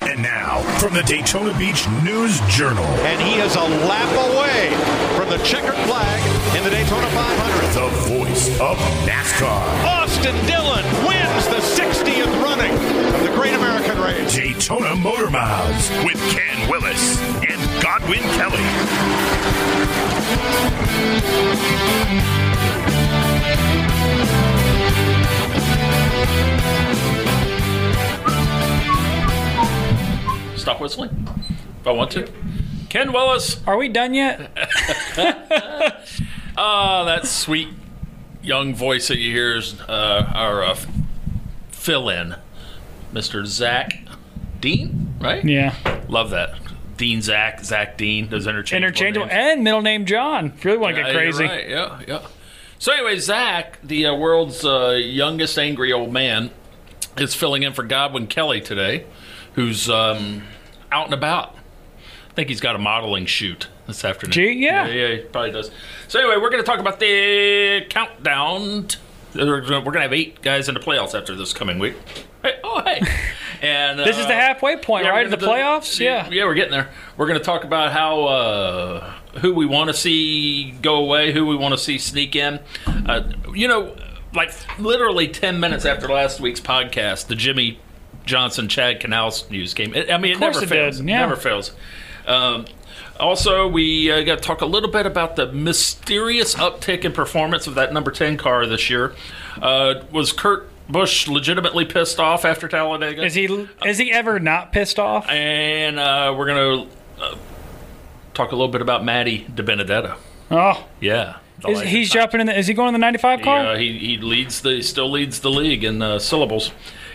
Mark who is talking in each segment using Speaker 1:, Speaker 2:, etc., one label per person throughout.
Speaker 1: And now, from the Daytona Beach News Journal,
Speaker 2: And he is a lap away from the checkered flag in the Daytona 500.
Speaker 1: the voice of NASCAR,
Speaker 2: Austin Dillon wins the 60th running of the Great American Race.
Speaker 1: Daytona Motor Miles with Ken Willis and Godwin Kelly.
Speaker 3: Stop whistling if I want to. Ken Willis.
Speaker 4: Are we done yet?
Speaker 3: Ah, that sweet young voice that you hear is uh, our uh, fill in, Mr. Zach Dean, right?
Speaker 4: Yeah.
Speaker 3: Love that. Dean Zach, Zach Dean. Those interchangeable.
Speaker 4: Interchangeable
Speaker 3: names.
Speaker 4: and middle name John. If you really want to
Speaker 3: Yeah,
Speaker 4: get
Speaker 3: you're
Speaker 4: crazy.
Speaker 3: right. Yeah, yeah. So anyway, Zach, the uh, world's uh, youngest angry old man, is filling in for Godwin Kelly today, who's um, out and about. I think he's got a modeling shoot this afternoon.
Speaker 4: Gee, yeah.
Speaker 3: yeah, he probably does. So anyway, we're going to talk about the countdown. t- We're going to have eight guys in the playoffs after this coming week. Hey, oh, hey. And
Speaker 4: This is the
Speaker 3: uh,
Speaker 4: halfway point,
Speaker 3: yeah,
Speaker 4: right?
Speaker 3: we're
Speaker 4: Of the
Speaker 3: gonna do-
Speaker 4: playoffs? Yeah.
Speaker 3: Yeah, we're getting there. We're going to talk about how uh, who we want to see go away, who we want to see sneak in. Uh, you know, like literally ten minutes after last week's podcast, the Jimmy Johnson Chad Canals news came. I I mean, it
Speaker 4: course
Speaker 3: never
Speaker 4: it
Speaker 3: fails.
Speaker 4: did, yeah.
Speaker 3: Never fails. Um, also, we uh, got to talk a little bit about the mysterious uptick in performance of that number ten car this year. Uh, was Kurt Busch legitimately pissed off after Talladega?
Speaker 4: Is he is he ever not pissed off?
Speaker 3: And uh, we're going to uh, talk a little bit about Matty De Benedetto.
Speaker 4: oh,
Speaker 3: Yeah. The
Speaker 4: is,
Speaker 3: life
Speaker 4: he's
Speaker 3: of Tom.
Speaker 4: jumping in. The, is he going in the ninety five car?
Speaker 3: Yeah, he, he leads the still leads the league in uh, syllables.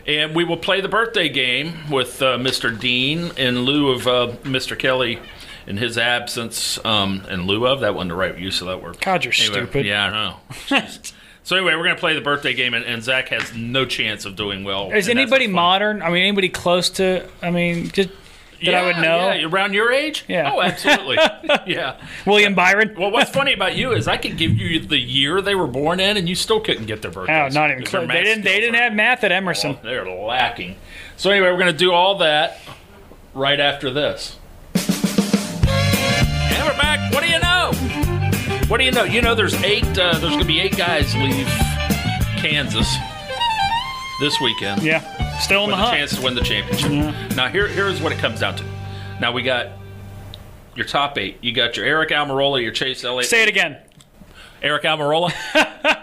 Speaker 3: And we will play the birthday game with uh, Mr. Dean in lieu of uh, Mr. Kelly in his absence. Um, in lieu of that wasn't the right use of that word.
Speaker 4: God, you're
Speaker 3: Anyway,
Speaker 4: stupid.
Speaker 3: Yeah, I know. Jeez. so anyway, we're gonna play the birthday game, and, and Zach has no chance of doing well.
Speaker 4: Is
Speaker 3: and that's
Speaker 4: anybody
Speaker 3: the fun.
Speaker 4: modern? I mean, anybody close to? I mean, just that I would know.
Speaker 3: Yeah, around your age?
Speaker 4: Yeah.
Speaker 3: Oh, absolutely. yeah.
Speaker 4: William Byron.
Speaker 3: Well, what's funny about you is I could give you the year they were born in, and you still couldn't get their birthday.
Speaker 4: Oh, not even close. They didn't. They didn't have math at Emerson.
Speaker 3: Oh, They're lacking. So anyway, we're going to do all that right after this. And we're back. What do you know? What do you know? You know, there's eight. Uh, there's going to be eight guys leave Kansas this weekend
Speaker 4: Yeah, Uh-huh. still in the
Speaker 3: with a
Speaker 4: hunt.
Speaker 3: chance to win the championship. Now here here's what it comes down to. Now we got your top eight. You got your Eric Almirola, your Chase Elliott,
Speaker 4: Say it again.
Speaker 3: Eric Almirola,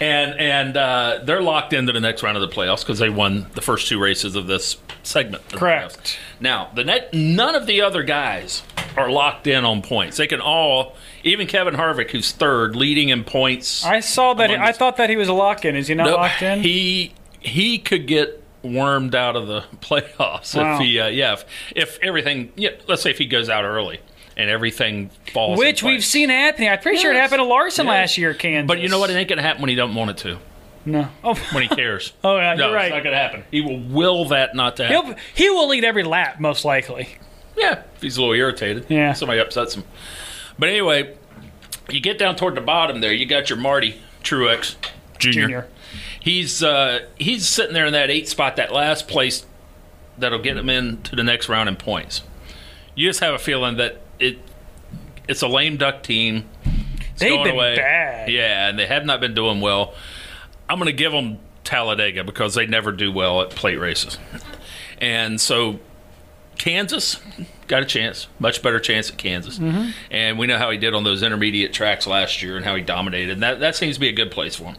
Speaker 3: and and uh, they're locked into the next round of the playoffs because they won the first two races of this segment. of the
Speaker 4: Correct.
Speaker 3: playoffs. Now the net, none of the other guys are locked in on points. They can all, even Kevin Harvick, who's third, leading in points.
Speaker 4: I saw that.
Speaker 3: Among
Speaker 4: I
Speaker 3: us.
Speaker 4: thought that he was locked in. Is he not
Speaker 3: Nope.
Speaker 4: locked in?
Speaker 3: He he could get wormed out of the playoffs
Speaker 4: Wow.
Speaker 3: if he uh, yeah if, if everything yeah, let's say if he goes out early and everything falls
Speaker 4: Which
Speaker 3: in
Speaker 4: we've
Speaker 3: place.
Speaker 4: seen happen. I'm pretty sure it
Speaker 3: Yes.
Speaker 4: happened to Larson
Speaker 3: Yes.
Speaker 4: last year, Kansas.
Speaker 3: But you know what? It ain't gonna happen when he don't want it to.
Speaker 4: No. Oh,
Speaker 3: When he cares.
Speaker 4: Oh, yeah,
Speaker 3: no,
Speaker 4: you're right.
Speaker 3: It's not gonna happen. He will will that not to happen.
Speaker 4: he'll, he will lead every lap, most likely.
Speaker 3: Yeah, if he's a little irritated.
Speaker 4: Yeah.
Speaker 3: Somebody upsets him. But anyway, you get down toward the bottom there, you got your Marty Truex Jr.
Speaker 4: Junior.
Speaker 3: He's uh, he's sitting there in that eight spot, that last place that'll get him into the next round in points. You just have a feeling that it it's a lame duck team. It's
Speaker 4: They've
Speaker 3: going
Speaker 4: been
Speaker 3: away.
Speaker 4: bad.
Speaker 3: Yeah, and they have not been doing well. I'm going to give them Talladega because they never do well at plate races. And so Kansas got a chance, much better chance at Kansas.
Speaker 4: Mm-hmm.
Speaker 3: And we know how he did on those intermediate tracks last year and how he dominated. And that, that seems to be a good place for him.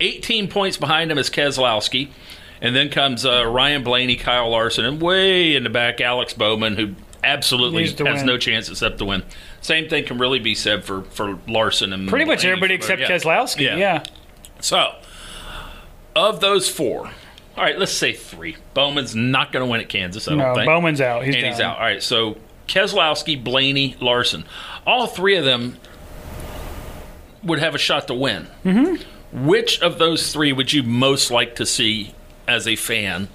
Speaker 3: 18 points behind him is Keselowski. And then comes uh, Ryan Blaney, Kyle Larson, and way in the back, Alex Bowman, who absolutely
Speaker 4: Needs
Speaker 3: has
Speaker 4: to win.
Speaker 3: no chance except to win. Same thing can really be said for, for Larson and
Speaker 4: Pretty much
Speaker 3: Blaney
Speaker 4: everybody
Speaker 3: for-
Speaker 4: except
Speaker 3: yeah.
Speaker 4: Keselowski. Yeah.
Speaker 3: So, of those four, all right, let's say three. Bowman's not going to win at Kansas, I don't
Speaker 4: No,
Speaker 3: think.
Speaker 4: Bowman's out. He's
Speaker 3: and he's
Speaker 4: done.
Speaker 3: out. All right, so Keselowski, Blaney, Larson, all three of them would have a shot to win. Mm-hmm. Which of those three would you most like to see as a fan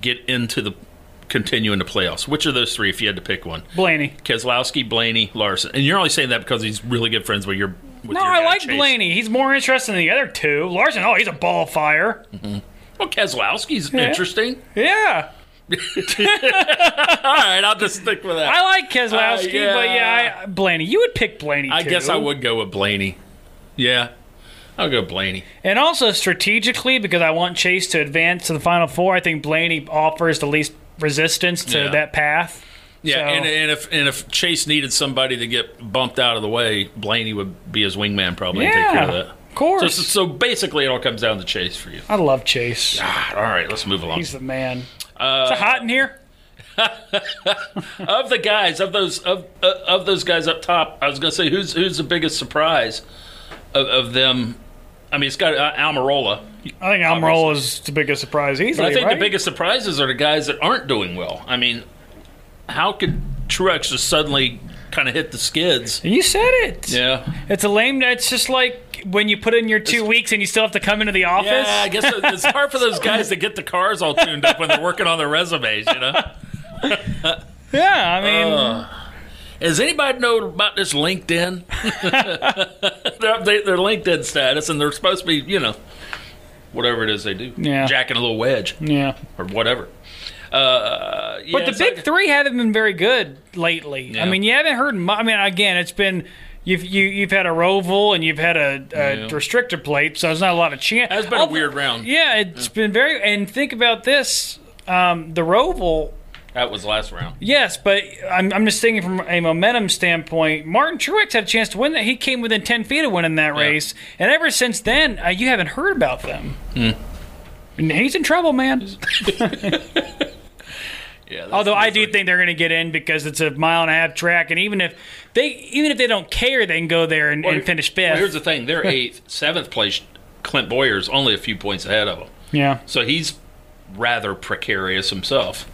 Speaker 3: get into the continue in the playoffs? Which of those three, if you had to pick one?
Speaker 4: Blaney.
Speaker 3: Keselowski, Blaney, Larson, and you're only saying that because he's really good friends with your. With
Speaker 4: No,
Speaker 3: your
Speaker 4: I
Speaker 3: guy,
Speaker 4: like
Speaker 3: Chase.
Speaker 4: Blaney. He's more interesting than the other two. Larson, oh, he's a ball of fire.
Speaker 3: Well, Keselowski's
Speaker 4: Yeah.
Speaker 3: interesting.
Speaker 4: Yeah.
Speaker 3: All right, I'll just stick with that.
Speaker 4: I like Keselowski,
Speaker 3: Uh, yeah.
Speaker 4: but yeah, I, Blaney. You would pick Blaney.
Speaker 3: I
Speaker 4: too.
Speaker 3: guess I would go with Blaney. Yeah, I'll go Blaney.
Speaker 4: And also strategically, because I want Chase to advance to the Final Four, I think Blaney offers the least resistance to
Speaker 3: Yeah.
Speaker 4: that path.
Speaker 3: Yeah,
Speaker 4: So-
Speaker 3: and, and if and if Chase needed somebody to get bumped out of the way, Blaney would be his wingman probably and take care of
Speaker 4: Yeah,
Speaker 3: that.
Speaker 4: of course.
Speaker 3: So, so basically, it all comes down to Chase for you.
Speaker 4: I love Chase.
Speaker 3: All right, let's move along.
Speaker 4: He's the man. Uh, Is it hot in here?
Speaker 3: of the guys of those of uh, of those guys up top, I was gonna say who's who's the biggest surprise of, of them. I mean, it's got uh, Almirola.
Speaker 4: I think Almirola is the biggest surprise easily.
Speaker 3: But I think
Speaker 4: right?
Speaker 3: the biggest surprises are the guys that aren't doing well. I mean, how could Truex just suddenly kind of hit the skids?
Speaker 4: You said it.
Speaker 3: Yeah,
Speaker 4: It's a lame. It's just like when you put in your two weeks and you still have to come into the office.
Speaker 3: yeah. I guess it's hard for those guys to get the cars all tuned up when they're working on their resumes. You know,
Speaker 4: Yeah, I mean,
Speaker 3: Uh. does anybody know about this LinkedIn? they update their LinkedIn status, and they're supposed to be, you know, whatever it is they do,
Speaker 4: Yeah.
Speaker 3: jacking a little wedge
Speaker 4: yeah.
Speaker 3: or whatever. Uh, yeah,
Speaker 4: But the
Speaker 3: it's like-
Speaker 4: big three haven't been very good lately.
Speaker 3: Yeah.
Speaker 4: I mean, you haven't heard. Mu- I mean, again, it's been you've you, you've had a roval and you've had a, a
Speaker 3: Yeah.
Speaker 4: restrictor plate, so there's not a lot of chance.
Speaker 3: That's been a weird round.
Speaker 4: Yeah, it's been very. And think about this: um, the roval.
Speaker 3: that was last round.
Speaker 4: Yes, but I'm, I'm just thinking from a momentum standpoint. Martin Truex had a chance to win that. He came within ten feet of winning that race, and ever since then, uh, you haven't heard about them.
Speaker 3: Hmm.
Speaker 4: And he's in trouble, man.
Speaker 3: Yeah, that's-
Speaker 4: Although I
Speaker 3: that's
Speaker 4: do
Speaker 3: like-
Speaker 4: think they're going to get in because it's a mile and a half track, and even if they even if they don't care, they can go there and, and finish fifth.
Speaker 3: Well, here's the thing: they're eighth, seventh place. Clint Boyer is only a few points ahead of them,
Speaker 4: yeah,
Speaker 3: so he's rather precarious himself.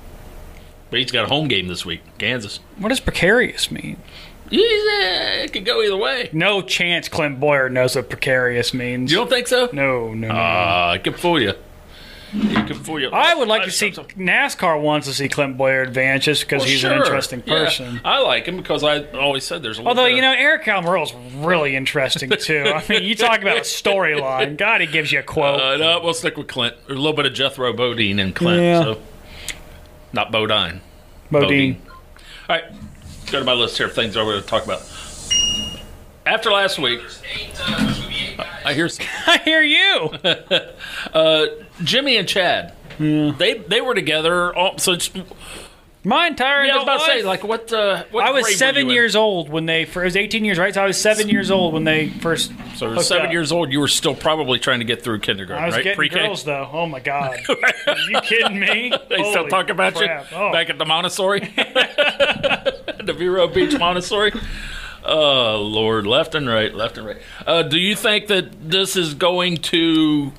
Speaker 3: But he's got a home game this week, Kansas.
Speaker 4: what does precarious mean?
Speaker 3: He's, uh, it could go either way.
Speaker 4: No chance. Clint Boyer knows what precarious means.
Speaker 3: You don't think so?
Speaker 4: no, no. no.
Speaker 3: Uh, it could fool you. It could fool you.
Speaker 4: I would like
Speaker 3: Uh,
Speaker 4: to see
Speaker 3: sometimes-
Speaker 4: NASCAR wants to see Clint Boyer advance just because
Speaker 3: Well,
Speaker 4: he's
Speaker 3: sure.
Speaker 4: an interesting
Speaker 3: Yeah.
Speaker 4: person.
Speaker 3: I like him because I always said there's a. little
Speaker 4: Although
Speaker 3: bit
Speaker 4: you
Speaker 3: of-
Speaker 4: know Eric Almirola is really interesting too. I mean, you talk about a storyline. God, he gives you a quote.
Speaker 3: Uh, no, we'll stick with Clint. There's a little bit of Jethro Bodine in Clint,
Speaker 4: Yeah.
Speaker 3: so not Bodine.
Speaker 4: Modine.
Speaker 3: All right, go to my list here of things I want to talk about. After last week, I hear something.
Speaker 4: I hear you.
Speaker 3: Jimmy and Chad. They they were together oh, all, since.
Speaker 4: My entire
Speaker 3: I was about to say
Speaker 4: life.
Speaker 3: like what. Uh, what
Speaker 4: I
Speaker 3: grade were
Speaker 4: was seven
Speaker 3: you in?
Speaker 4: years old when they first. I was eighteen years, right? So I was seven years old when they first.
Speaker 3: So
Speaker 4: hooked
Speaker 3: seven
Speaker 4: up.
Speaker 3: years old. You were still probably trying to get through kindergarten,
Speaker 4: I was
Speaker 3: right?
Speaker 4: getting
Speaker 3: Pre-K.
Speaker 4: girls though. Oh my god! Are you kidding me?
Speaker 3: They still
Speaker 4: Holy
Speaker 3: talk about
Speaker 4: crap.
Speaker 3: you
Speaker 4: Oh.
Speaker 3: back at the Montessori, the Vero Beach Montessori. Oh Lord, left and right, left and right. Uh, do you think that this is going to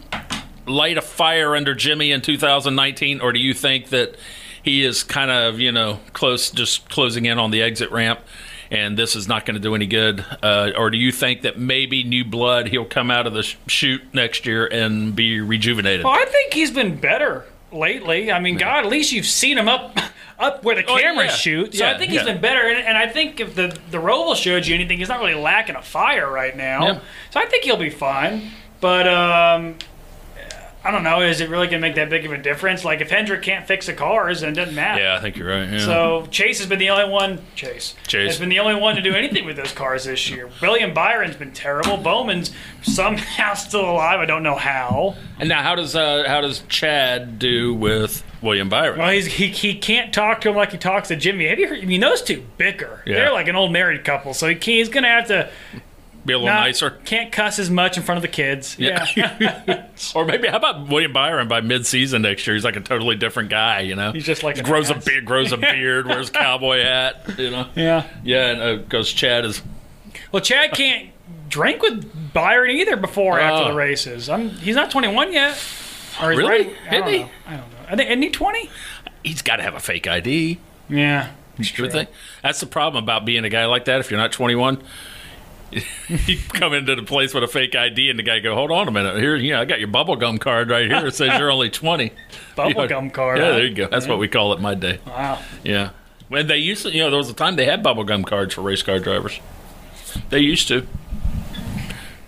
Speaker 3: light a fire under Jimmy in 2019, or do you think that he is kind of you know close, just closing in on the exit ramp? And this is not going to do any good. Uh, or do you think that maybe new blood, he'll come out of the sh- chute next year and be rejuvenated?
Speaker 4: Well, I think he's been better lately. I mean, God, at least you've seen him up, up where the
Speaker 3: Oh,
Speaker 4: cameras
Speaker 3: yeah.
Speaker 4: shoot. So
Speaker 3: Yeah,
Speaker 4: I think
Speaker 3: yeah.
Speaker 4: he's been better. And, and I think if the the roval showed you anything, he's not really lacking a fire right now.
Speaker 3: Yeah.
Speaker 4: So I think he'll be fine. But um, I don't know. Is it really going to make that big of a difference? Like if Hendrick can't fix the cars, then it doesn't matter.
Speaker 3: yeah, I think you're right. Yeah.
Speaker 4: So Chase has been the only one. Chase.
Speaker 3: Chase.
Speaker 4: has been the only one to do anything with those cars this year. William Byron's been terrible. Bowman's somehow still alive. I don't know how.
Speaker 3: And now, how does uh, how does Chad do with William Byron?
Speaker 4: Well, he's, he he can't talk to him like he talks to Jimmy. Have you heard? I mean, those two bicker.
Speaker 3: Yeah.
Speaker 4: They're like an old married couple, so he can, he's gonna have to
Speaker 3: Be a little
Speaker 4: not-
Speaker 3: nicer,
Speaker 4: Can't cuss as much in front of the kids. Yeah.
Speaker 3: or maybe how about William Byron by mid-season next year? He's like a totally different guy, you know.
Speaker 4: He's just like an
Speaker 3: grows
Speaker 4: ass.
Speaker 3: a beard, grows a beard, wears a cowboy hat, you know.
Speaker 4: yeah.
Speaker 3: Yeah, and because Chad is
Speaker 4: Well, Chad can't drink with Byron either before or after
Speaker 3: Oh.
Speaker 4: the races. I'm, he's not 21 yet. Or he's
Speaker 3: Really?
Speaker 4: right- I don't
Speaker 3: Isn't he?
Speaker 4: know. I don't know. I think- Isn't he 20?
Speaker 3: he's got to have a fake ID.
Speaker 4: Yeah.
Speaker 3: Sure thing. That's the problem about being a guy like that. If you're not 21, you come into the place with a fake ID, and the guy go, "Hold on a minute, here, you know, I got your bubblegum card right here. It says you're only 20."
Speaker 4: Bubblegum gum card.
Speaker 3: Yeah, there you go. That's what we call it in my day.
Speaker 4: Wow.
Speaker 3: Yeah. When they used to, you know, there was a time they had bubblegum cards for race car drivers. They used to.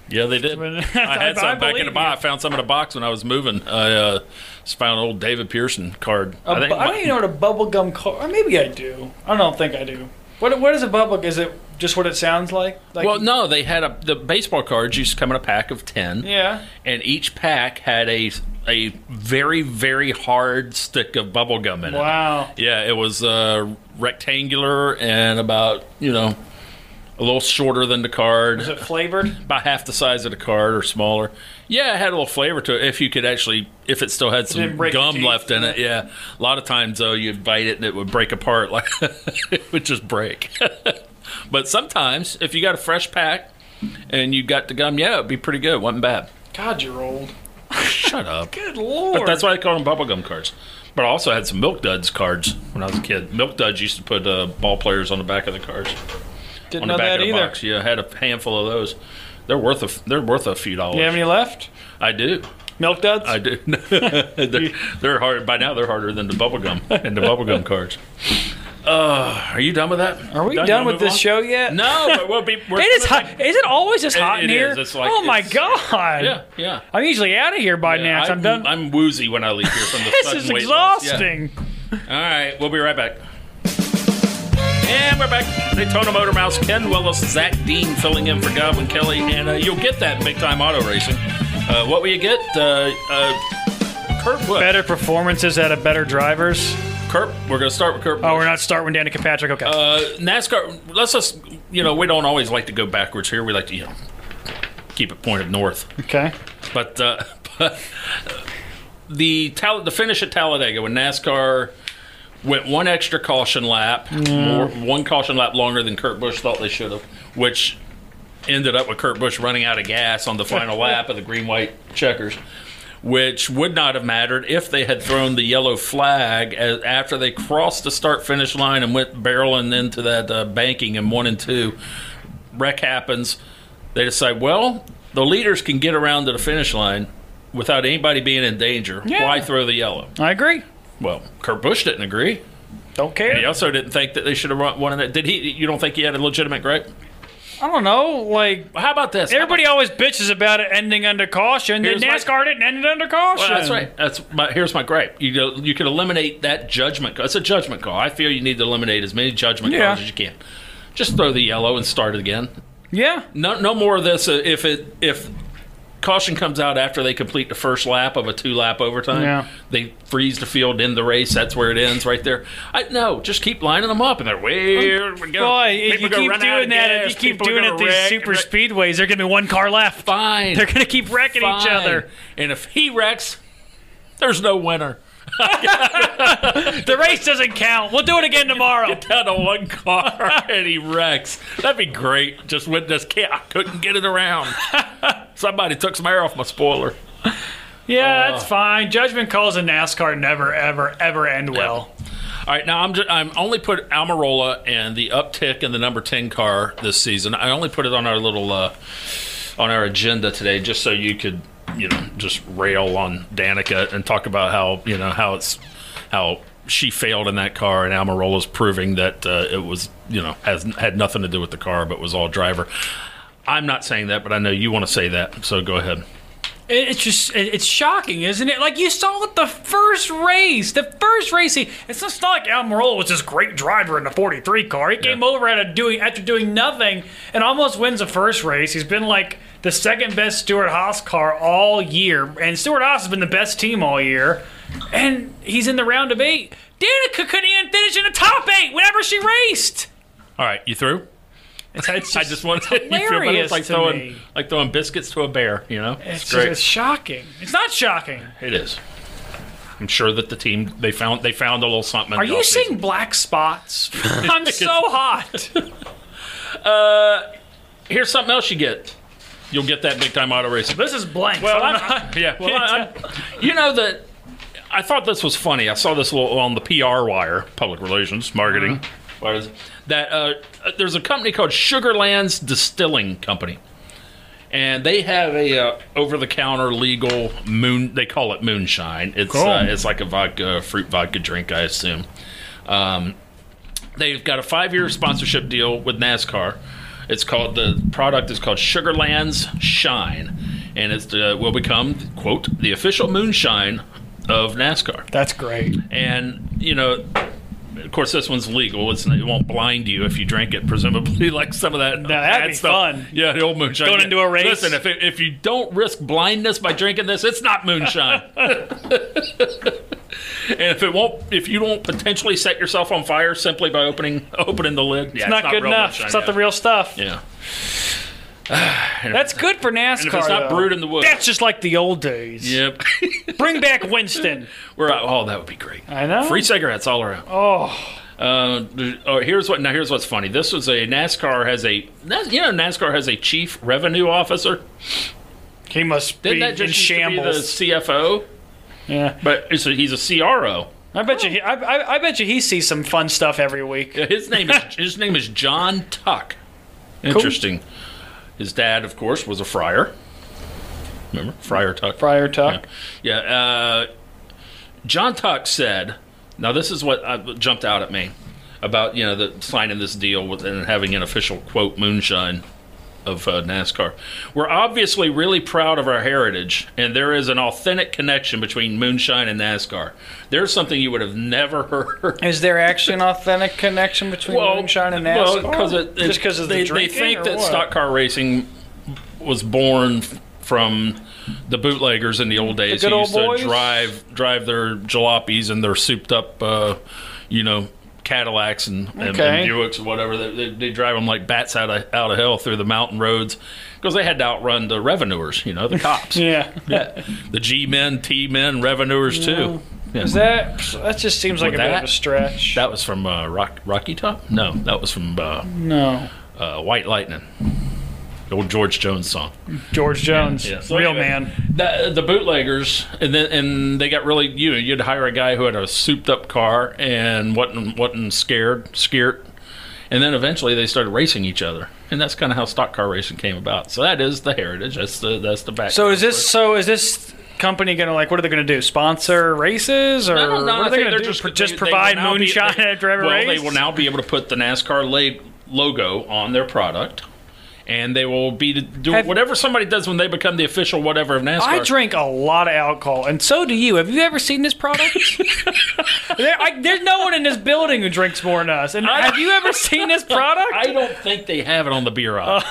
Speaker 3: Yeah, they did.
Speaker 4: I
Speaker 3: I had some back in
Speaker 4: believe
Speaker 3: the
Speaker 4: you.
Speaker 3: box. I found some in a box when I was moving. I uh, just found an old David Pearson card.
Speaker 4: A bu- I don't even know what a bubblegum car. Maybe I do. I don't think I do. What What is a bubblegum? Is it just what it sounds like? like
Speaker 3: Well, no, they had a the baseball cards used to come in a pack of ten.
Speaker 4: Yeah.
Speaker 3: and each pack had a a very very hard stick of bubble gum in it.
Speaker 4: Wow.
Speaker 3: Yeah, it was uh, rectangular and about you know a little shorter than the
Speaker 4: Is
Speaker 3: card,
Speaker 4: it flavored?
Speaker 3: about half the size of the card or smaller. Yeah, it had a little flavor to it if you could actually if it still had some
Speaker 4: didn't break your
Speaker 3: gum
Speaker 4: teeth.
Speaker 3: left in it. Yeah, a lot of times though you'd bite it and it would break apart like it would just break. but sometimes if you got a fresh pack and you got the gum, yeah, it'd be pretty good. wasn't bad.
Speaker 4: God, you're old.
Speaker 3: Shut up.
Speaker 4: Good lord.
Speaker 3: That's why I call them bubblegum cards. But I also had some Milk Duds cards when I was a kid. Milk Duds used to put uh, ball players on the back of the cards.
Speaker 4: Didn't
Speaker 3: On
Speaker 4: know
Speaker 3: the back
Speaker 4: that
Speaker 3: of the
Speaker 4: either.
Speaker 3: box. Yeah, I had a handful of those. They're worth a f- they're worth a few dollars.
Speaker 4: You have any left?
Speaker 3: I do.
Speaker 4: Milk duds?
Speaker 3: I do. they're, they're hard by now. They're harder than the bubblegum and the bubblegum cards. Uh, are you done with that?
Speaker 4: Are we
Speaker 3: Done?
Speaker 4: done,
Speaker 3: You wanna
Speaker 4: with
Speaker 3: move
Speaker 4: this
Speaker 3: on?
Speaker 4: show yet?
Speaker 3: No, but we'll be. We're
Speaker 4: It is hot. Is it always this
Speaker 3: It-
Speaker 4: hot in
Speaker 3: it
Speaker 4: here?
Speaker 3: is. It's like-
Speaker 4: oh my
Speaker 3: it's-
Speaker 4: god.
Speaker 3: Yeah, yeah.
Speaker 4: I'm usually out of here by now. so I'm, done.
Speaker 3: I'm woozy when I leave here from the
Speaker 4: this
Speaker 3: sudden
Speaker 4: is
Speaker 3: weight loss. Yeah.
Speaker 4: exhausting.
Speaker 3: All right, we'll be right back. And we're back. Daytona Motor Mouse, Ken Willis, Zach Dean filling in for Godwin Kelly, and uh, you'll get that in big time auto racing. Uh, what will you get? Uh, uh, Kurt Busch.
Speaker 4: Better performances out of better drivers.
Speaker 3: Kurt, we're going to start with Kurt.
Speaker 4: Oh,
Speaker 3: Busch.
Speaker 4: we're not starting with Danica Patrick. Okay.
Speaker 3: Uh, NASCAR. Let's just you know we don't always like to go backwards here. We like to you know keep it pointed north.
Speaker 4: okay.
Speaker 3: But, uh, but the Tal- the finish at Talladega when NASCAR went one extra caution lap, more, one caution lap longer than Kurt Busch thought they should have, which ended up with Kurt Busch running out of gas on the final lap of the green white checkers. Which would not have mattered if they had thrown the yellow flag as, after they crossed the start finish line and went barreling into that uh, banking in one and two. Wreck happens they decide, well, the leaders can get around to the finish line without anybody being in danger.
Speaker 4: Yeah.
Speaker 3: Why throw the yellow?
Speaker 4: I agree.
Speaker 3: Well, Kurt Busch didn't agree.
Speaker 4: Don't care.
Speaker 3: He also didn't think that they should have run- won in that. Did he? You don't think he had a legitimate gripe?
Speaker 4: I don't know. Like
Speaker 3: Well, how about this? How
Speaker 4: everybody
Speaker 3: about-
Speaker 4: always bitches about it ending under caution. Then
Speaker 3: Here's my-
Speaker 4: NASCAR didn't end it under caution.
Speaker 3: Well, that's right. That's my, here's my gripe. You go, you could eliminate that judgment. call. It's a judgment call. I feel you need to eliminate as many judgment
Speaker 4: Yeah.
Speaker 3: calls as you can. Just throw the yellow and start it again.
Speaker 4: Yeah.
Speaker 3: No, no more of this. uh, If it if caution comes out after they complete the first lap of a two lap overtime,
Speaker 4: Yeah.
Speaker 3: they freeze the field in the race. That's where it ends, right there. I no, just keep lining them up, and they're where we go.
Speaker 4: Boy, if
Speaker 3: People
Speaker 4: you
Speaker 3: gonna
Speaker 4: keep
Speaker 3: run out
Speaker 4: doing
Speaker 3: of
Speaker 4: that,
Speaker 3: gas,
Speaker 4: if you keep
Speaker 3: people are
Speaker 4: doing it
Speaker 3: gonna
Speaker 4: at these
Speaker 3: wreck,
Speaker 4: super
Speaker 3: wreck-
Speaker 4: speedways, they're gonna be one car left.
Speaker 3: Fine,
Speaker 4: They're gonna keep wrecking each
Speaker 3: fine.
Speaker 4: other.
Speaker 3: and if he wrecks, there's no winner.
Speaker 4: The race doesn't count. We'll do it again tomorrow.
Speaker 3: Out of one car, and he wrecks. That'd be great. Just witness. Can't, I couldn't get it around. Somebody took some air off my spoiler.
Speaker 4: Yeah, that's fine. Judgment calls in NASCAR never, ever, ever end well.
Speaker 3: All right, now I'm just, I'm only put Almirola and the uptick in the number ten car this season. I only put it on our little uh, on our agenda today, just so you could you know just rail on Danica and talk about how you know how it's how she failed in that car and Almirola's proving that uh, it was you know has had nothing to do with the car but was all driver. I'm not saying that, but I know you want to say that, so go ahead.
Speaker 4: It- It's just, it- it's shocking, isn't it? Like you saw at the first race, the first race. He, it's just not like Almirola was this great driver in the 43 car. He came over at a doing after doing nothing and almost wins the first race. He's been like the second best Stuart Haas car all year, and Stuart Haas has been the best team all year. And he's in the round of eight. Danica couldn't even finish in the top eight whenever she raced.
Speaker 3: All right, you through?
Speaker 4: It's, it's
Speaker 3: I just want to you feel better.
Speaker 4: hilarious
Speaker 3: It's like
Speaker 4: to
Speaker 3: throwing
Speaker 4: me.
Speaker 3: like throwing biscuits to a bear, you know?
Speaker 4: It's, just- it's shocking. It's not shocking.
Speaker 3: It is. I'm sure that the team they found they found a little something. in
Speaker 4: Are
Speaker 3: the
Speaker 4: you
Speaker 3: offseason.
Speaker 4: seeing black spots? I'm so hot.
Speaker 3: Here's something else you get. You'll get that big time auto racing.
Speaker 4: This is blank.
Speaker 3: Well,
Speaker 4: so I'm
Speaker 3: I'm-
Speaker 4: not-
Speaker 3: yeah. Well, I, I, you know that. I thought this was funny. I saw this little on the PR wire, public relations, marketing. Wire Uh-huh. is- That uh, there's a company called Sugarlands Distilling Company, and they have a uh, over-the-counter legal moon. They call it moonshine. It's
Speaker 4: Cool.
Speaker 3: uh, it's like a vodka, fruit vodka drink, I assume. Um, they've got a five-year sponsorship deal with NASCAR It's called the product is called Sugarlands Shine, and it's uh, will become quote the official moonshine of NASCAR.
Speaker 4: That's great.
Speaker 3: And you know, of course, this one's legal. It's, it won't blind you if you drink it, presumably, like some of that.
Speaker 4: that'd
Speaker 3: bad
Speaker 4: be
Speaker 3: stuff.
Speaker 4: fun.
Speaker 3: Yeah, the old moonshine.
Speaker 4: Going
Speaker 3: Yeah.
Speaker 4: into a race.
Speaker 3: Listen, if it, if you don't risk blindness by drinking this, it's not moonshine. and if it won't, if you don't potentially set yourself on fire simply by opening opening the lid, yeah,
Speaker 4: It's not, good
Speaker 3: real
Speaker 4: enough.
Speaker 3: moonshine,
Speaker 4: it's not
Speaker 3: yeah.
Speaker 4: the real stuff.
Speaker 3: Yeah.
Speaker 4: That's good for NASCAR.
Speaker 3: And if it's not
Speaker 4: though.
Speaker 3: brewed in the woods.
Speaker 4: That's just like the old days.
Speaker 3: Yep.
Speaker 4: Bring back Winston.
Speaker 3: We're out. Oh, that would be great.
Speaker 4: I know.
Speaker 3: Free cigarettes all around.
Speaker 4: Oh,
Speaker 3: Uh, th- oh, here's what. Now here's what's funny. This was a NASCAR has a Nas- you know NASCAR has a chief revenue officer.
Speaker 4: he must
Speaker 3: Didn't
Speaker 4: be
Speaker 3: that
Speaker 4: in
Speaker 3: just used to be the
Speaker 4: shambles.
Speaker 3: CFO?
Speaker 4: Yeah.
Speaker 3: But it's a, he's a CRO.
Speaker 4: I bet you. He, I, I, I bet you he sees some fun stuff every week.
Speaker 3: His name is his name is John Tuck. Interesting. His dad, of course, was a friar. Remember Friar Tuck?
Speaker 4: Friar Tuck.
Speaker 3: Yeah. Uh, John Tuck said, now this is what uh, jumped out at me about, you know, the, signing this deal with, and having an official, quote, moonshine of uh, NASCAR. We're obviously really proud of our heritage, and there is an authentic connection between moonshine and NASCAR. There's something you would have never heard.
Speaker 4: Is there actually an authentic connection between moonshine and NASCAR?
Speaker 3: Well, cause it, it-
Speaker 4: just because of
Speaker 3: they,
Speaker 4: the drinking,
Speaker 3: They think
Speaker 4: or
Speaker 3: that
Speaker 4: what?
Speaker 3: stock car racing was born f- from the bootleggers in the old days.
Speaker 4: good
Speaker 3: who
Speaker 4: old
Speaker 3: used
Speaker 4: boys?
Speaker 3: to drive drive their jalopies and their souped up, uh, you know, Cadillacs and, and, and
Speaker 4: Okay.
Speaker 3: Buicks or whatever. They, they, they drive them like bats out of out of hell through the mountain roads because they had to outrun the revenuers, you know, the cops,
Speaker 4: Yeah.
Speaker 3: the G men, T men, revenuers too. Yeah.
Speaker 4: Is that that just seems like a
Speaker 3: With
Speaker 4: bit
Speaker 3: that-
Speaker 4: of a stretch?
Speaker 3: That was from uh, Rock, Rocky Top? No, that was from uh,
Speaker 4: no,
Speaker 3: uh, White Lightning, the old George Jones song.
Speaker 4: George Jones,
Speaker 3: Yeah, so
Speaker 4: real
Speaker 3: anyway,
Speaker 4: man.
Speaker 3: The, the bootleggers, and then and they got really you. know, You'd hire a guy who had a souped up car and wasn't wasn't scared, scared, and then eventually they started racing each other, and that's kind of how stock car racing came about. So that is the heritage. That's the that's the back.
Speaker 4: So is this so is this company gonna like what are they gonna do? Sponsor races or
Speaker 3: I don't know.
Speaker 4: what
Speaker 3: I
Speaker 4: are they
Speaker 3: think
Speaker 4: gonna
Speaker 3: they're
Speaker 4: do? Pro-
Speaker 3: they-
Speaker 4: just
Speaker 3: they will
Speaker 4: provide
Speaker 3: now be-
Speaker 4: moonshine
Speaker 3: they-
Speaker 4: at every
Speaker 3: well,
Speaker 4: race?
Speaker 3: they will now be able to put the NASCAR la- logo on their product. And they will be doing
Speaker 4: Have-
Speaker 3: whatever somebody does when they become the official whatever of NASCAR.
Speaker 4: I drink a lot of alcohol, and so do you. Have you ever seen this product? there, I, there's no one in this building who drinks more than us. And have you ever seen this product?
Speaker 3: I don't think they have it on the beer aisle.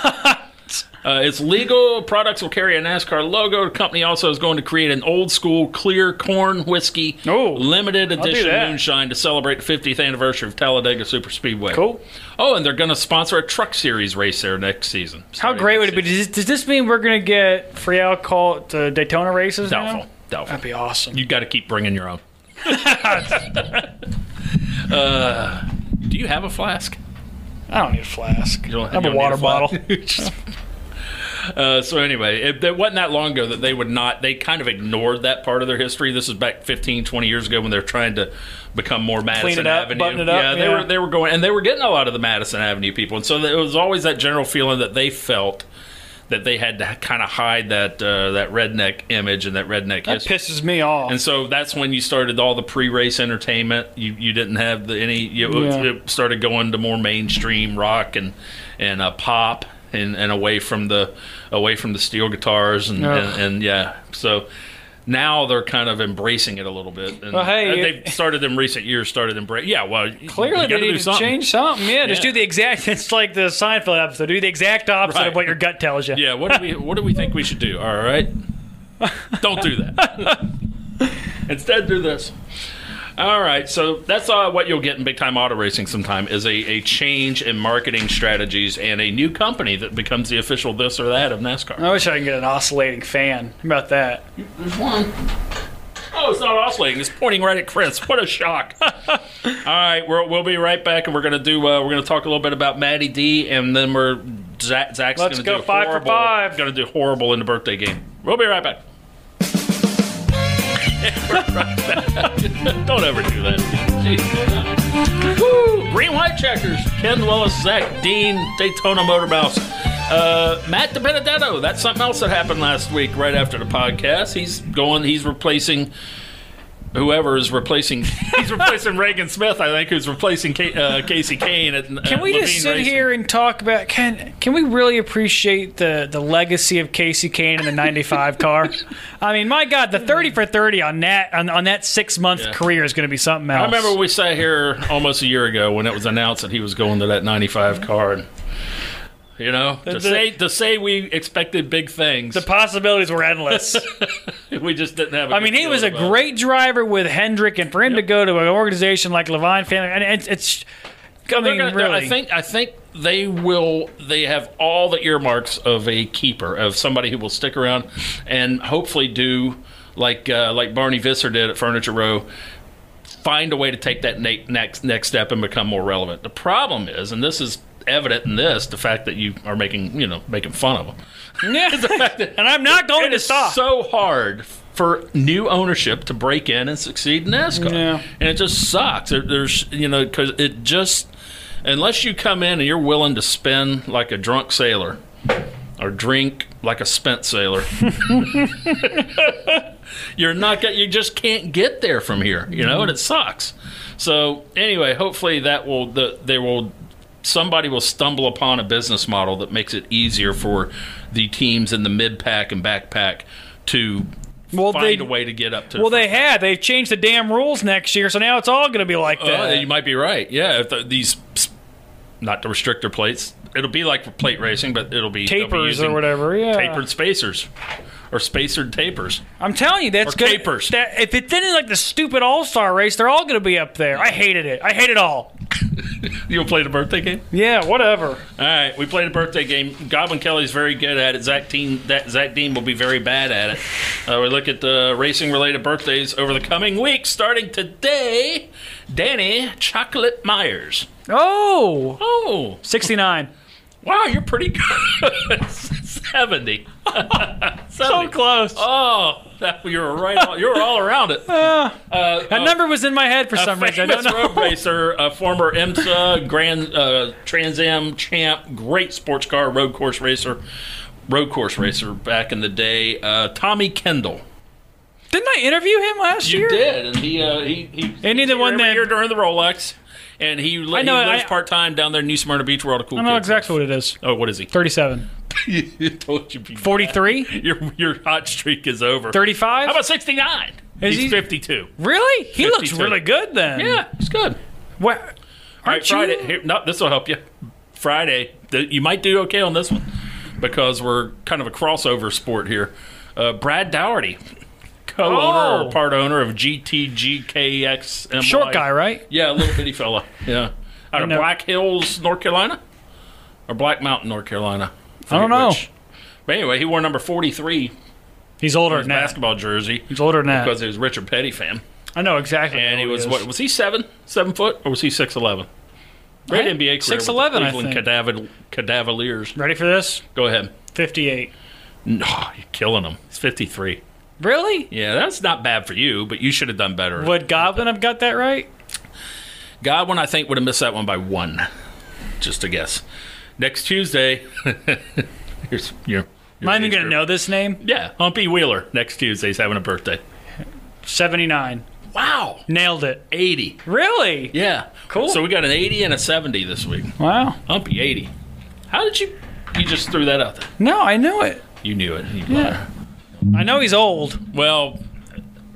Speaker 3: Uh, it's legal. Products will carry a NASCAR logo. The company also is going to create an old school clear corn whiskey
Speaker 4: Oh,
Speaker 3: limited
Speaker 4: do
Speaker 3: edition
Speaker 4: that.
Speaker 3: moonshine to celebrate the 50th anniversary of Talladega Super Speedway.
Speaker 4: Cool.
Speaker 3: Oh, and they're going to sponsor a Truck Series race there next season.
Speaker 4: How great would it be? Does, does this mean we're gonna get free alcohol to Daytona races? now?
Speaker 3: Doubtful. Doubtful.
Speaker 4: That'd be awesome.
Speaker 3: You got to keep bringing your own. uh, do you have a flask?
Speaker 4: I don't need a flask.
Speaker 3: don't-
Speaker 4: I have
Speaker 3: you
Speaker 4: a
Speaker 3: don't need
Speaker 4: water
Speaker 3: a flask?
Speaker 4: bottle.
Speaker 3: Uh, so anyway, it, it wasn't that long ago that they would not. They kind of ignored that part of their history. This is back 15, 20 years ago when they're trying to become more Madison
Speaker 4: it up,
Speaker 3: Avenue.
Speaker 4: button it up,
Speaker 3: yeah, they
Speaker 4: yeah.
Speaker 3: were they were going and they were getting a lot of the Madison Avenue people, and so it was always that general feeling that they felt that they had to kind of hide that uh, that redneck image and that redneck
Speaker 4: that
Speaker 3: history.
Speaker 4: pisses me off.
Speaker 3: And so that's when you started all the pre-race entertainment. You you didn't have the, any. You,
Speaker 4: Yeah.
Speaker 3: It started going to more mainstream rock and and uh, pop and, and away from the away from the steel guitars and,
Speaker 4: Ugh.
Speaker 3: and, and yeah. So now they're kind of embracing it a little bit. And
Speaker 4: Well, hey,
Speaker 3: uh,
Speaker 4: you-
Speaker 3: they've started in recent years. Started embrace. Yeah, well, you
Speaker 4: Clearly,
Speaker 3: gotta
Speaker 4: they
Speaker 3: do
Speaker 4: need to
Speaker 3: something.
Speaker 4: change something. Yeah, just
Speaker 3: Yeah.
Speaker 4: do the exact. It's like the Seinfeld episode. Do the exact opposite of
Speaker 3: Right.
Speaker 4: what your gut tells you.
Speaker 3: Yeah, what do we what do we think we should do? All right, don't do that. Instead, do this. All right, so that's uh, what you'll get in big time auto racing. Sometime is a, a change in marketing strategies and a new company that becomes the official this or that of NASCAR.
Speaker 4: I wish I could get an oscillating fan. How about that?
Speaker 3: Oh, it's not oscillating; it's pointing right at Chris. What a shock! All right, we're, we'll be right back, and we're gonna do uh, we're gonna talk a little bit about Maddie D, and then we're Zach, Zach's
Speaker 4: Let's
Speaker 3: gonna
Speaker 4: go
Speaker 3: do
Speaker 4: five for
Speaker 3: horrible,
Speaker 4: five.
Speaker 3: Gonna do horrible in the birthday game. We'll be right back. Don't ever do that. Jeez. Woo! Green White Checkers. Ken Willis, Zach Dean, Daytona Motor Mouse. Uh, Matt DiBenedetto. That's something else that happened last week right after the podcast. He's going, he's replacing whoever is replacing. he's replacing Reagan Smith, I think, who's replacing Ca uh, Casey Kane. At,
Speaker 4: Can we just sit here and talk about can can we really appreciate the the legacy of Casey Kane in the '95 car? I mean, my God, the 30 for 30 on that on, on that six month career is going to be something else.
Speaker 3: I remember we sat here almost a year ago when it was announced that he was going to that 95 car. And, you know, to
Speaker 4: the-
Speaker 3: say to say we expected big things,
Speaker 4: the possibilities were endless.
Speaker 3: we just didn't have. I
Speaker 4: I mean, he was a great driver with Hendrick, and for him to go to an organization like Levine Family, and it's, it's I mean,
Speaker 3: They're gonna- they're-
Speaker 4: really,
Speaker 3: I think I think they will. They have all the earmarks of a keeper of somebody who will stick around and hopefully do like uh, like Barney Visser did at Furniture Row. Find a way to take that na- next next step and become more relevant. The problem is, and this is evident in this, the fact that you are making you know making fun of them.
Speaker 4: and I'm not going
Speaker 3: It
Speaker 4: to
Speaker 3: is
Speaker 4: stop.
Speaker 3: so hard for new ownership to break in and succeed in NASCAR,
Speaker 4: Yeah.
Speaker 3: and it just sucks. There, there's you know because it just unless you come in and you're willing to spend like a drunk sailor or drink like a spent sailor. You're not gonna, you just can't get there from here, you know, and it sucks. So anyway, hopefully that will the they will somebody will stumble upon a business model that makes it easier for the teams in the mid pack and back pack to
Speaker 4: Well,
Speaker 3: find
Speaker 4: they-
Speaker 3: a way to get up to.
Speaker 4: well, they had they've changed the damn rules next year, so now it's all going to be like
Speaker 3: Oh,
Speaker 4: that.
Speaker 3: you might be right. Yeah, if the, these not the restrictor plates. It'll be like plate racing, but it'll be they'll be
Speaker 4: Tapers or
Speaker 3: using
Speaker 4: whatever, yeah.
Speaker 3: Tapered spacers or spacered tapers.
Speaker 4: I'm telling you, that's
Speaker 3: Or
Speaker 4: good.
Speaker 3: capers.
Speaker 4: That, if it didn't like the stupid All Star race, they're all going to be up there. I hated it. I hate it all.
Speaker 3: You'll play the birthday game.
Speaker 4: Yeah, whatever.
Speaker 3: All right, we played a birthday game. Goblin Kelly's very good at it. Zach Dean, that Zach Dean will be very bad at it. Uh, we look at the racing-related birthdays over the coming week, starting today. Danny Chocolate Myers.
Speaker 4: Oh,
Speaker 3: Oh,
Speaker 4: 69.
Speaker 3: wow, you're pretty good. Seventy.
Speaker 4: so close.
Speaker 3: Oh, that, you were right. on- You were all around it.
Speaker 4: that number was in my head for some reason. I don't
Speaker 3: famous
Speaker 4: know.
Speaker 3: road racer, a former IMSA Grand uh, Trans Am champ, great sports car road course racer, road course racer back in the day. Uh, Tommy Kendall.
Speaker 4: Didn't I interview him last
Speaker 3: You
Speaker 4: year?
Speaker 3: did, and he uh, he he.
Speaker 4: And he's the
Speaker 3: he
Speaker 4: one
Speaker 3: every
Speaker 4: that-
Speaker 3: year during the Rolex, and he, li-
Speaker 4: I know,
Speaker 3: he lives
Speaker 4: I-
Speaker 3: part time down there in New Smyrna Beach, where all the cool.
Speaker 4: I don't know
Speaker 3: kids
Speaker 4: exactly
Speaker 3: live.
Speaker 4: what it is.
Speaker 3: Oh, what is he?
Speaker 4: 37.
Speaker 3: Told you be-
Speaker 4: 43?
Speaker 3: Your your hot streak is over.
Speaker 4: 35?
Speaker 3: How about sixty nine?
Speaker 4: Is
Speaker 3: He's
Speaker 4: he-
Speaker 3: fifty two.
Speaker 4: really? He looks
Speaker 3: 52.
Speaker 4: really good then.
Speaker 3: Yeah, he's good.
Speaker 4: What?
Speaker 3: All
Speaker 4: Aren't
Speaker 3: right, Friday.
Speaker 4: you-
Speaker 3: Here, no, this will help you. Friday, th- you might do okay on this one because we're kind of a crossover sport here. Uh, Brad Dougherty, co-owner
Speaker 4: Oh.
Speaker 3: or part owner of GTGKX.
Speaker 4: Short guy, right?
Speaker 3: Yeah, a little bitty fella. Yeah, out of
Speaker 4: know-
Speaker 3: Black Hills, North Carolina, or Black Mountain, North Carolina.
Speaker 4: I don't
Speaker 3: forget
Speaker 4: know.
Speaker 3: which. But anyway, he wore number forty-three
Speaker 4: He's older than that.
Speaker 3: basketball jersey
Speaker 4: He's older than that.
Speaker 3: because he was Richard Petty fan.
Speaker 4: I know exactly.
Speaker 3: And he
Speaker 4: who
Speaker 3: was
Speaker 4: is.
Speaker 3: what was he seven seven foot or was he six eleven? Great
Speaker 4: I-
Speaker 3: NBA career.
Speaker 4: 6'11", I
Speaker 3: with the
Speaker 4: think.
Speaker 3: Cleveland Cadaver- Cadavaliers.
Speaker 4: Ready for this?
Speaker 3: Go ahead.
Speaker 4: 58.
Speaker 3: No, you're killing him. It's fifty three.
Speaker 4: Really?
Speaker 3: Yeah, that's not bad for you, but you should have done better.
Speaker 4: Would Goblin have got that right?
Speaker 3: Godwin, I think, would have missed that one by one. Just a guess. Next Tuesday, here's your.
Speaker 4: Am I even going to know this name?
Speaker 3: Yeah, Humpy Wheeler. Next Tuesday's having a birthday.
Speaker 4: 79.
Speaker 3: Wow,
Speaker 4: Nailed it.
Speaker 3: eighty.
Speaker 4: Really?
Speaker 3: Yeah,
Speaker 4: Cool.
Speaker 3: So we got an eighty and a seventy this week.
Speaker 4: Wow.
Speaker 3: Humpy eighty. How did you? You just threw that out there.
Speaker 4: No, I know it.
Speaker 3: You knew it. You liar.
Speaker 4: I know he's old.
Speaker 3: Well,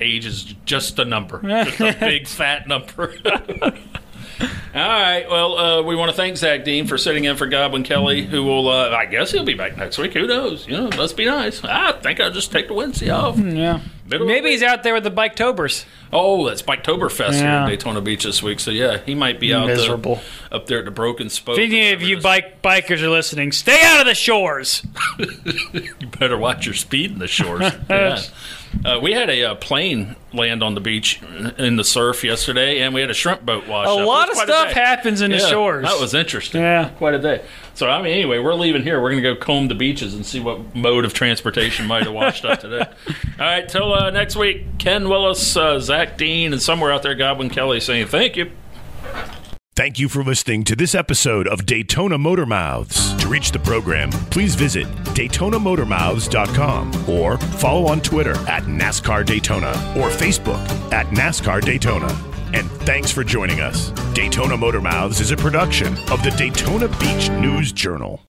Speaker 3: age is just a number, just a big fat number. All right. Well, uh, we want to thank Zach Dean for sitting in for Goblin Kelly, who will, uh, I guess he'll be back next week. Who knows? You know, let's be nice. I think I'll just take the Wednesday off.
Speaker 4: Yeah.
Speaker 3: Middle of
Speaker 4: Hmm. Maybe
Speaker 3: the
Speaker 4: he's out there with the bike tobers.
Speaker 3: Oh, that's Biketoberfest
Speaker 4: Yeah.
Speaker 3: here in Daytona Beach this week. So, yeah, he might be out the-
Speaker 4: Miserable.
Speaker 3: up there at the Broken Spoke.
Speaker 4: If any of
Speaker 3: whatever it
Speaker 4: you
Speaker 3: is.
Speaker 4: bike bikers are listening, stay out of the shores.
Speaker 3: better watch your speed in the shores. Yeah. Uh, we had a uh, plane land on the beach in the surf yesterday, and we had a shrimp boat wash.
Speaker 4: A
Speaker 3: up. It was
Speaker 4: lot of
Speaker 3: quite a
Speaker 4: stuff
Speaker 3: day.
Speaker 4: happens in the
Speaker 3: Yeah,
Speaker 4: shores.
Speaker 3: That was interesting.
Speaker 4: Yeah.
Speaker 3: quite a day. So I mean, anyway, we're leaving here. We're gonna go comb the beaches and see what mode of transportation might have washed up today. All right, till uh, next week. Ken Willis, uh, Zach Dean, and somewhere out there, Godwin Kelly saying thank you.
Speaker 1: Thank you for listening to this episode of Daytona Motor Mouths. To reach the program, please visit DaytonaMotorMouths.com or follow on Twitter at NASCAR Daytona or Facebook at NASCAR Daytona. And thanks for joining us. Daytona Motor Mouths is a production of the Daytona Beach News Journal.